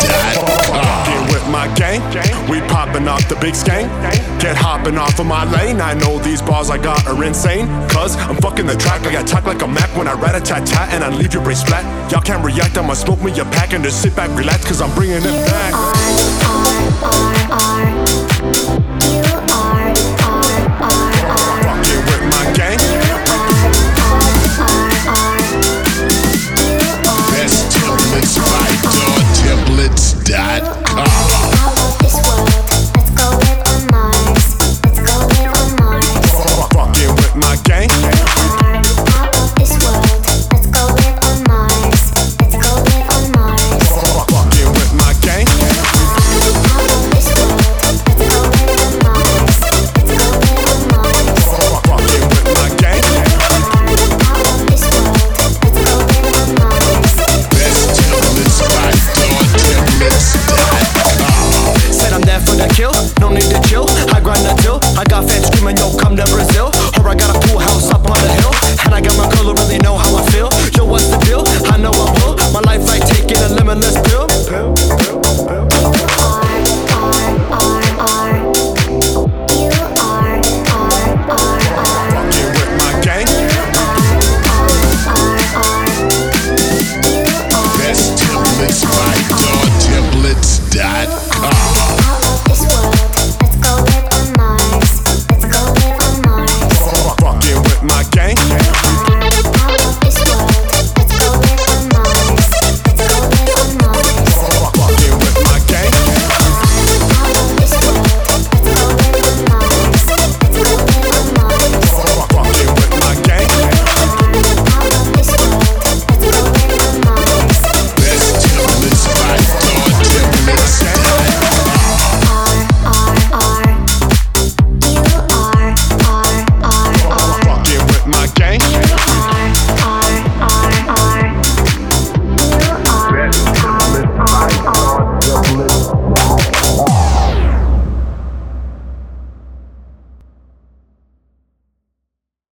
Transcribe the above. Get with my gang, we popping off the big skank. Get hopping off of my lane. I know these bars I got are insane. Cause I'm fucking the track. Like I attack like a Mac when I rat a tat tat and I leave your brace flat. Y'all can't react, I'ma smoke me a pack and just sit back, relax, cause I'm bringing it back. Fucking with my gang. Best templates by DoorTemplates.com.